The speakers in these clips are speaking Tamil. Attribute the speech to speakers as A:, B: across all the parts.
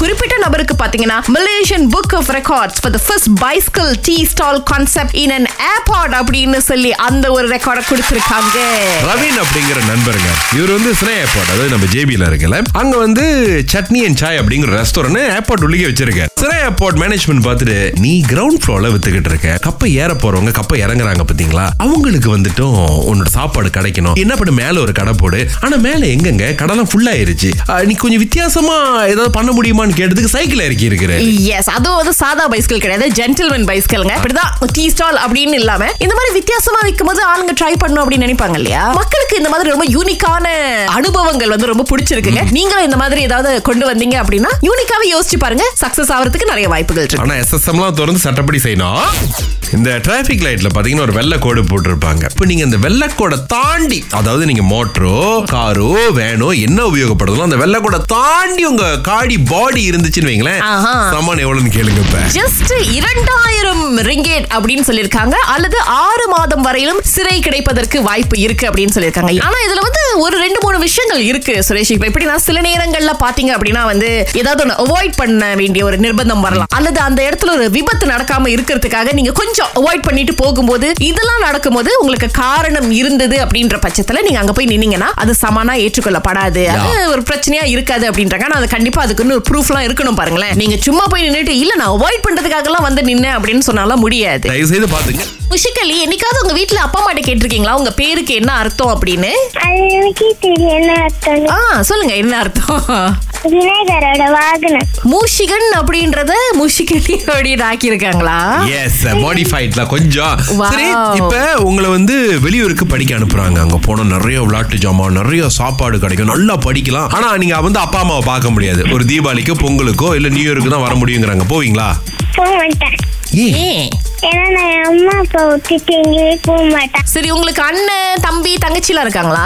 A: குறிப்பிட்ட நபருக்கு பாத்தீங்கன்னா Malaysian book of records for the first bicycle tea stall concept in an airport அப்படின்னு சொல்லி அந்த ஒரு ரெக்கார்டை கொடுத்துருக்காங்க
B: ரவீன் அப்படிங்கிற நண்பருங்க இவர் வந்து சினே ஏர்போர்ட் அதாவது நம்ம ஜேபியில் இருக்குல்ல அங்க வந்து சட்னி அண்ட் சாய் அப்படிங்கிற ரெஸ்டாரண்ட் ஏர்போர்ட் உள்ளே வச்சிருக்காரு சினே ஏர்போர்ட் மேனேஜ்மெண்ட் பார்த்துட்டு நீ கிரவுண்ட் ஃப்ளோர்ல வித்துக்கிட்டு இருக்க கப்பை ஏற போறவங்க கப்பை இறங்குறாங்க பாத்தீங்களா அவங்களுக்கு வந்துட்டும் உன்னோட சாப்பாடு கிடைக்கணும் என்ன பண்ணு மேல ஒரு கடை போடு ஆனா மேல எங்கங்க கடைலாம் ஃபுல் ஆயிருச்சு அஹ், நீ கொஞ்சம் வித்தியாசமா ஏதாவது பண்ண முடியுமான்னு கேட்டதுக்கு சைக்கிள் இறக்கி இருக்கிற
A: எஸ் அதுவும் வந்து சாதா பைஸ்கிள் கிடையாது ஜென்டில்மேன் பைஸ்கிள்ங்க இப்படிதான் டீ ஸ்டால் அப்படின்னு இல்லாம இந்த மாதிரி வித்தியாசமா வைக்கும்போது ஆளுங்க ட்ரை பண்ணணும் அப்படின்னு நினைப்பாங்க இல்லையா மக்களுக்கு இந்த மாதிரி ரொம்ப யூனிக்கான அனுபவங்கள் வந்து ரொம்ப பிடிச்சிருக்குங்க நீங்களும் இந்த மாதிரி ஏதாவது கொண்டு வந்தீங்க அப்படின்னா யூனிக்காவே யோசிச்சு பாருங்க சக்சஸ் ஆகிறதுக்கு நிறைய வாய்ப்புகள் இருக்கு
B: ஆனா எஸ்எஸ்எம்லாம் திறந்து சட்டப்படி செய்யணும் இந்த டிராஃபிக் லைட்ல பாத்தீங்கன்னா ஒரு வெள்ளை கோடு போட்டிருப்பாங்க இப்போ நீங்க இந்த வெள்ளை கோடை தாண்டி அதாவது நீங்க மோட்டரோ காரோ வேனோ என்ன உபயோகப்படுதோ அந்த வெள்ளை கோடை தாண்டி உங்க காடி பாடி இருந்துச்சுன்னு வைங்களேன்
A: ஆஹா.
B: சமான் எவ்வளவுன்னு கேளுங்க இப்ப
A: ஜஸ்ட் இரண்டாயிரம் ரிங்கேட் அப்படின்னு சொல்லியிருக்காங்க அல்லது ஆறு மாதம் வரையிலும் சிறை கிடைப்பதற்கு வாய்ப்பு இருக்கு அப்படின்னு சொல்லியிருக்காங்க ஆனா இதுல வந்து ஒரு ரெண்டு மூணு விஷயங்கள் இருக்கு சுரேஷ் இப்ப எப்படின்னா சில நேரங்கள்ல பாத்தீங்க அப்படின்னா வந்து ஏதாவது ஒன்று அவாய்ட் பண்ண வேண்டிய ஒரு நிர்பந்தம் வரலாம் அல்லது அந்த இடத்துல ஒரு விபத்து நடக்காம இருக்கிறதுக்காக நீங்க கொஞ்சம் அவாய்ட் பண்ணிட்டு போகும்போது இதெல்லாம் நடக்கும்போது உங்களுக்கு காரணம் இருந்தது அப்படின்ற பட்சத்துல நீங்க அங்க போய் நின்னீங்கன்னா அது சமானா ஏற்றுக்கொள்ளப்படாது அது ஒரு பிரச்சனையா இருக்காது அப்படின்றாங்க ஆனா அது கண்டிப்பா அதுக்குன்னு ஒரு ப்ரூஃப்லாம் இருக்கணும் பாருங்களேன் நீங்க சும்மா போய் நின்னுட்டு இல்ல நான் அவாய்ட் பண்றதுக்காக எல்லாம் வந்து நின்னேன் அப்படின்னு சொன்னாலும் முடியாது
B: தயவு செய்து பாத்துங்க
A: முஷிகலி என்னைக்காவது உங்க வீட்ல அப்பா அம்மாட்ட கேட்டிருக்கீங்களா உங்க பேருக்கு என்ன அர்த்தம் அப்படின்னு
C: அது எனக்கே தெரியும் என்ன அர்த்தம்னு
A: ஆ சொல்லுங்க என்ன அர்த்தம்
C: விநாயகரோட வாகனம்
A: மூஷிகன் அப்படின்றத முஷிகலி அப்படின்னு ஆக்கியிருக்காங்களா
B: எஸ் மாடிஃபைட்ல கொஞ்சம்
A: Wow.
B: சரி இப்ப உங்களை வந்து வெளியூருக்கு படிக்க அனுப்புறாங்க அங்க போனா நிறைய விளையாட்டு ஜாமான் நிறைய சாப்பாடு கிடைக்கும் நல்லா படிக்கலாம் ஆனா நீங்க வந்து அப்பா அம்மாவை பார்க்க முடியாது ஒரு தீபாவளிக்கோ பொங்கலுக்கோ இல்ல நியூ இயருக்கு தான் வர முடியுங்கிறாங்க போவீங்களா
C: போக மாட்டேன்
B: ஏன்
A: ஏன்
C: ஏன்னா நான் என் அம்மா அப்பா விட்டுட்டு எங்கேயுமே போக மாட்டேன்
A: சரி உங்களுக்கு அண்ணன் தம்பி தங்கச்சிலாம் இருக்காங்களா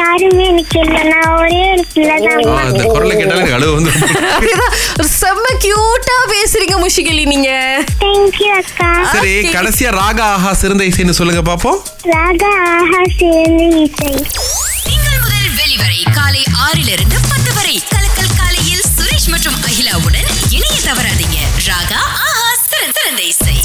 C: யாருமே எனக்கு இல்லை நான் ஒரே ஒரு பிள்ளை தான்
B: ஆ, இந்த குரலை கேட்டாலே எனக்கு அழுவ வந்து
A: அதுதான் ஒரு செம்ம கியூட்டா பேசுறீங்க முஷிகலி நீங்க
C: தேங்க்யூ அக்கா
B: சரி
A: Okay.
B: கடைசியா ராக ஆஹா சிறந்த இசைன்னு சொல்லுங்க பாப்போம்
C: ராகா ஆஹா சேர்ந்து இசை
D: திங்கள் முதல் வெளிவரை காலை ஆறிலிருந்து பத்து வரை கலக்கல் காலையில் சுரேஷ் மற்றும் அகிலாவுடன் இணைய தவறாதீங்க ராகா ஆஹா சிறந்த சிறந்த இசை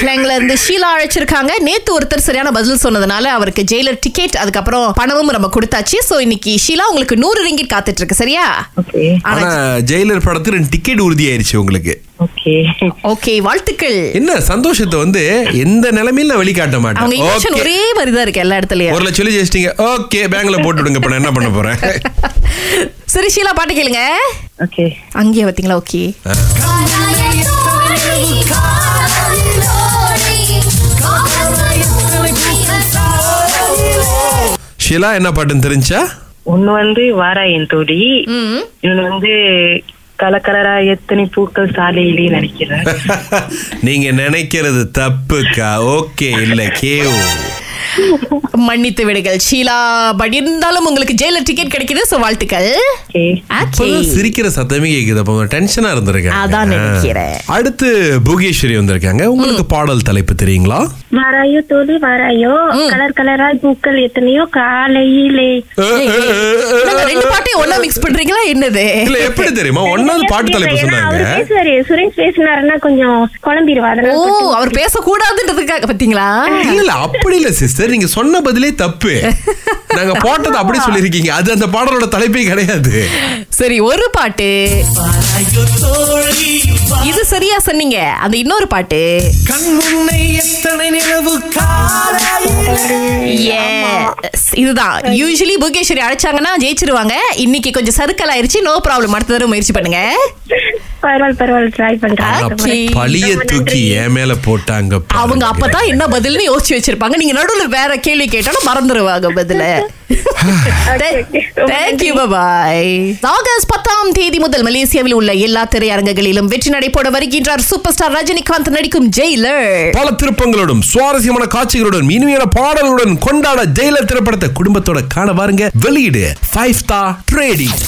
A: பிள்ளைங்கள இருந்து ஷீலா அழைச்சிருக்காங்க நேத்து ஒருத்தர் சரியான பதில் சொன்னதுனால அவருக்கு ஜெயிலர் டிக்கெட் அதுக்கப்புறம் பணமும் நம்ம கொடுத்தாச்சு சோ இன்னைக்கு ஷீலா உங்களுக்கு நூறு ரிங்கிட் காத்துட்டு இருக்கு சரியா
E: ஓகே
B: ஆனா ஜெயிலர் படத்துக்கு ரெண்டு டிக்கெட் உறுதி ஆயிருச்சு உங்களுக்கு
E: ஓகே
A: ஓகே வாழ்த்துக்கள்
B: என்ன சந்தோஷத்தை வந்து எந்த நிலைமையில வெளிக்காட்ட
A: அவங்க
B: மாட்டேன்
A: இமோஷன்
B: Okay.
A: ஒரே மாதிரி தான் இருக்கு எல்லா இடத்துலயும்
B: ஒரு லட்சம் ஜெயிச்சிட்டீங்க ஓகே பேங்க்ல போட்டு விடுங்க இப்ப நான் என்ன பண்ண போறேன்
A: சரி ஷீலா பாட்டு கேளுங்க
E: ஓகே
A: அங்கேயே பாத்தீங்களா ஓகே
B: ஷிலா என்ன பாட்டுன்னு தெரிஞ்சா
E: ஒன்னு வந்து வாரா என் தோடி இன்னொன்னு வந்து கலக்கலரா எத்தனை பூக்கள் சாலையிலே நினைக்கிறேன்
B: நீங்க நினைக்கிறது தப்புக்கா ஓகே இல்ல கேவ்
A: மன்னித்து விடுங்கள் ஷீலா பட் இருந்தாலும் உங்களுக்கு ஜெயிலர் டிக்கெட் கிடைக்குது சோ வாழ்த்துக்கள்
E: ஓகே
A: Okay.
B: சிரிக்கிற சத்தமே கேக்குது அப்ப டென்ஷனா
A: அதான்
B: இருந்திருக்காங்க
A: நினைக்கிறேன்.
B: அடுத்து புகேஸ்வரி வந்திருக்காங்க உங்களுக்கு பாடல் தலைப்பு தெரியுங்களா
C: வராயோ தோழி வராயோ கலர் கலரா பூக்கள் எத்தனையோ காலையிலே
A: என்னங்க, ரெண்டு பாட்டையும் ஒன்னா மிக்ஸ் பண்றீங்களா என்னது
B: இல்ல எப்படி தெரியுமா ஒன்னாவது பாட்டு தலைப்பு
C: ஏன்னா அவரு
B: சொன்னாங்க
C: பேசுவாரு சுரேஷ் பேசினாருன்னா கொஞ்சம் குழம்பிடுவா
A: ஓ
C: அதனால கொஞ்சம்
A: அவர் பேசக்கூடாதுன்றதுக்காக பாத்தீங்களா
B: இல்ல இல்ல அப்படி இல்ல சிஸ்டர் நீங்க சொன்ன பதிலே தப்பு நாங்க போட்டது அப்படி சொல்லிருக்கீங்க அது அந்த பாடலோட தலைப்பே கிடையாது
A: சரி ஒரு பாட்டு இது சரியா சொன்னீங்க அந்த இன்னொரு பாட்டு Yes, இதுதான் யூஸ்வலி புகேஸ்வரி அழைச்சாங்கன்னா ஜெயிச்சிருவாங்க இன்னைக்கு கொஞ்சம் சறுக்கல் ஆயிருச்சு நோ ப்ராப்ளம் அடுத்த தடவை முயற்சி பண்ணுங்க
C: பரவாயில்ல பரவாயில்ல ட்ரை
B: ஆனா,
C: பண்றேன்
A: Okay.
B: பழிய தூக்கி என் மேல போட்டாங்க பாருங்க.
A: அவங்க அப்பதான் என்ன பதில்னு யோசிச்சு வச்சிருப்பாங்க நீங்க நடுவுல வேற கேள்வி கேட்டாலும் மறந்துருவாங்க பதில தேங்க்யூ பாய் ஆகஸ்ட் பத்தாம் தேதி முதல் மலேசியாவில் உள்ள எல்லா திரையரங்குகளிலும் வெற்றி நடைபோட வருகின்றார் சூப்பர் ஸ்டார் ரஜினிகாந்த் நடிக்கும் ஜெயிலர்
B: பல திருப்பங்களுடன் சுவாரஸ்யமான காட்சிகளுடன் இனிமையான பாடல்களுடன் கொண்டாட ஜெயிலர் திரைப்படத்தை குடும்பத்தோட காண பாருங்க வெளியீடு ஃபைவ் ஸ்டார் ட்ரேடிங்